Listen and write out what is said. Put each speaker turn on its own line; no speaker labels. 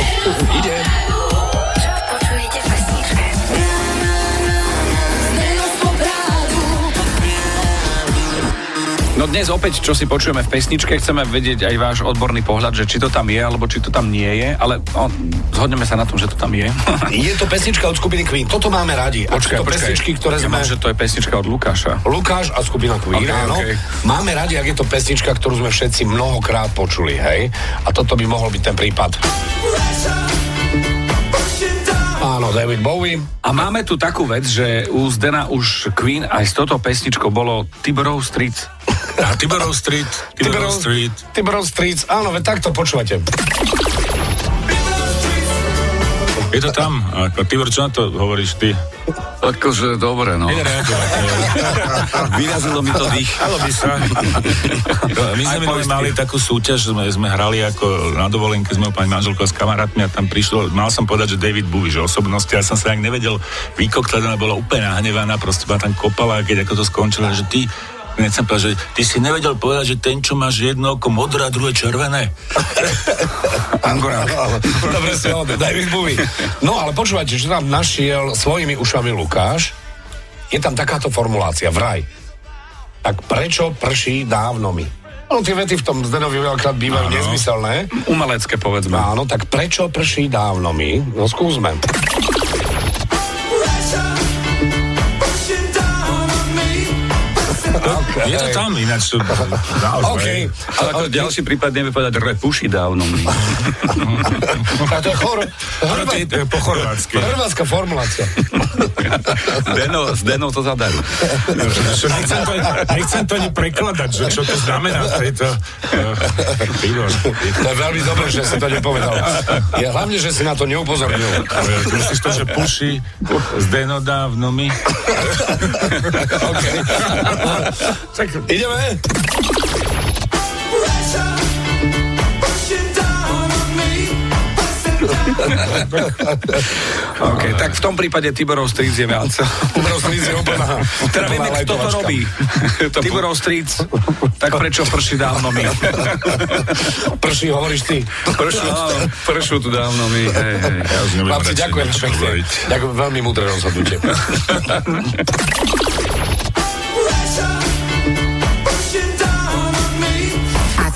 Ide.
Čo počujete v pesničke?
No dnes opäť, čo si počujeme v pesničke, chceme vedieť aj váš odborný pohľad, že či to tam je, alebo či to tam nie je, ale no, zhodneme sa na tom, že to tam je.
Je to pesnička od skupiny Queen. Toto máme radi. A sú to pesničky, ktoré
ja
sme...
mám, že to je pesnička od Lukáša.
Lukáš a skupina Queen,
Ok,
okay, áno.
ok.
Máme radi, ak je to pesnička, ktorú sme všetci mnohokrát počuli, hej? A toto by mohol byť ten prípad. Áno, David Bowie.
A máme tu takú vec, že u Zdena už Queen aj s touto pesničkou bolo Tiborov Street.
A Tiberov Street, Tiberov Street.
Tiberon Street, áno, veď takto počúvate.
Je to tam. Ako, Tibor, čo na to hovoríš ty?
Akože, dobre, no. Vyrazilo mi to dých.
Halo by sa. My sme minulé mali takú súťaž, sme, sme hrali ako na dovolenke s mojou pani manželkou a s kamarátmi a tam prišlo, mal som povedať, že David Bowie, že osobnosti, ja som sa nejak nevedel vykoktať, ona bola úplne nahnevaná, proste ma tam kopala, a keď ako to skončila, že ty Nechcem povedať, že ty si nevedel povedať, že ten, čo máš jedno oko modré a druhé červené.
Angorák.
Dobre si ho, David Bowie. No, ale počúvajte, čo tam našiel svojimi ušami Lukáš. Je tam takáto formulácia, vraj. Tak prečo prší dávno mi? No, tie vety v tom Zdenovi veľakrát bývajú nezmyselné.
Umelecké, povedzme.
Áno, tak prečo prší dávno mi? No skúsme.
Okay. Je to tam ináč. To, naozaj.
OK,
Ale ako ďalší prípad nevie povedať repuši dávno.
a to je chor...
Ono to je- to je po chorvátsky.
Hrvátska formulácia.
Deno, s Denou to zadarú.
Čo, nechcem, to, nechcem to ani prekladať, že čo to znamená v tejto... eh, Tibor, ty-
To je veľmi dobré, že si to nepovedal. Je hlavne, že si na to neupozornil.
eh, Myslíš to, že puší Zdeno dávno mi?
Ideme?
OK, tak v tom prípade Tiborov Street je viac.
Ubrov Street je úplná,
Teda vieme,
úplná
kto to
lajkovačka.
robí. Tiborov Street, tak prečo prší dávno mi?
Prší, hovoríš ty.
Pršu, pršu tu dávno mi. Hej, hej.
Ja už neviem
Chlapci,
radšej
ďakujem
nič
pekne.
hovoriť.
Ďakujem, veľmi múdre rozhodnutie.
A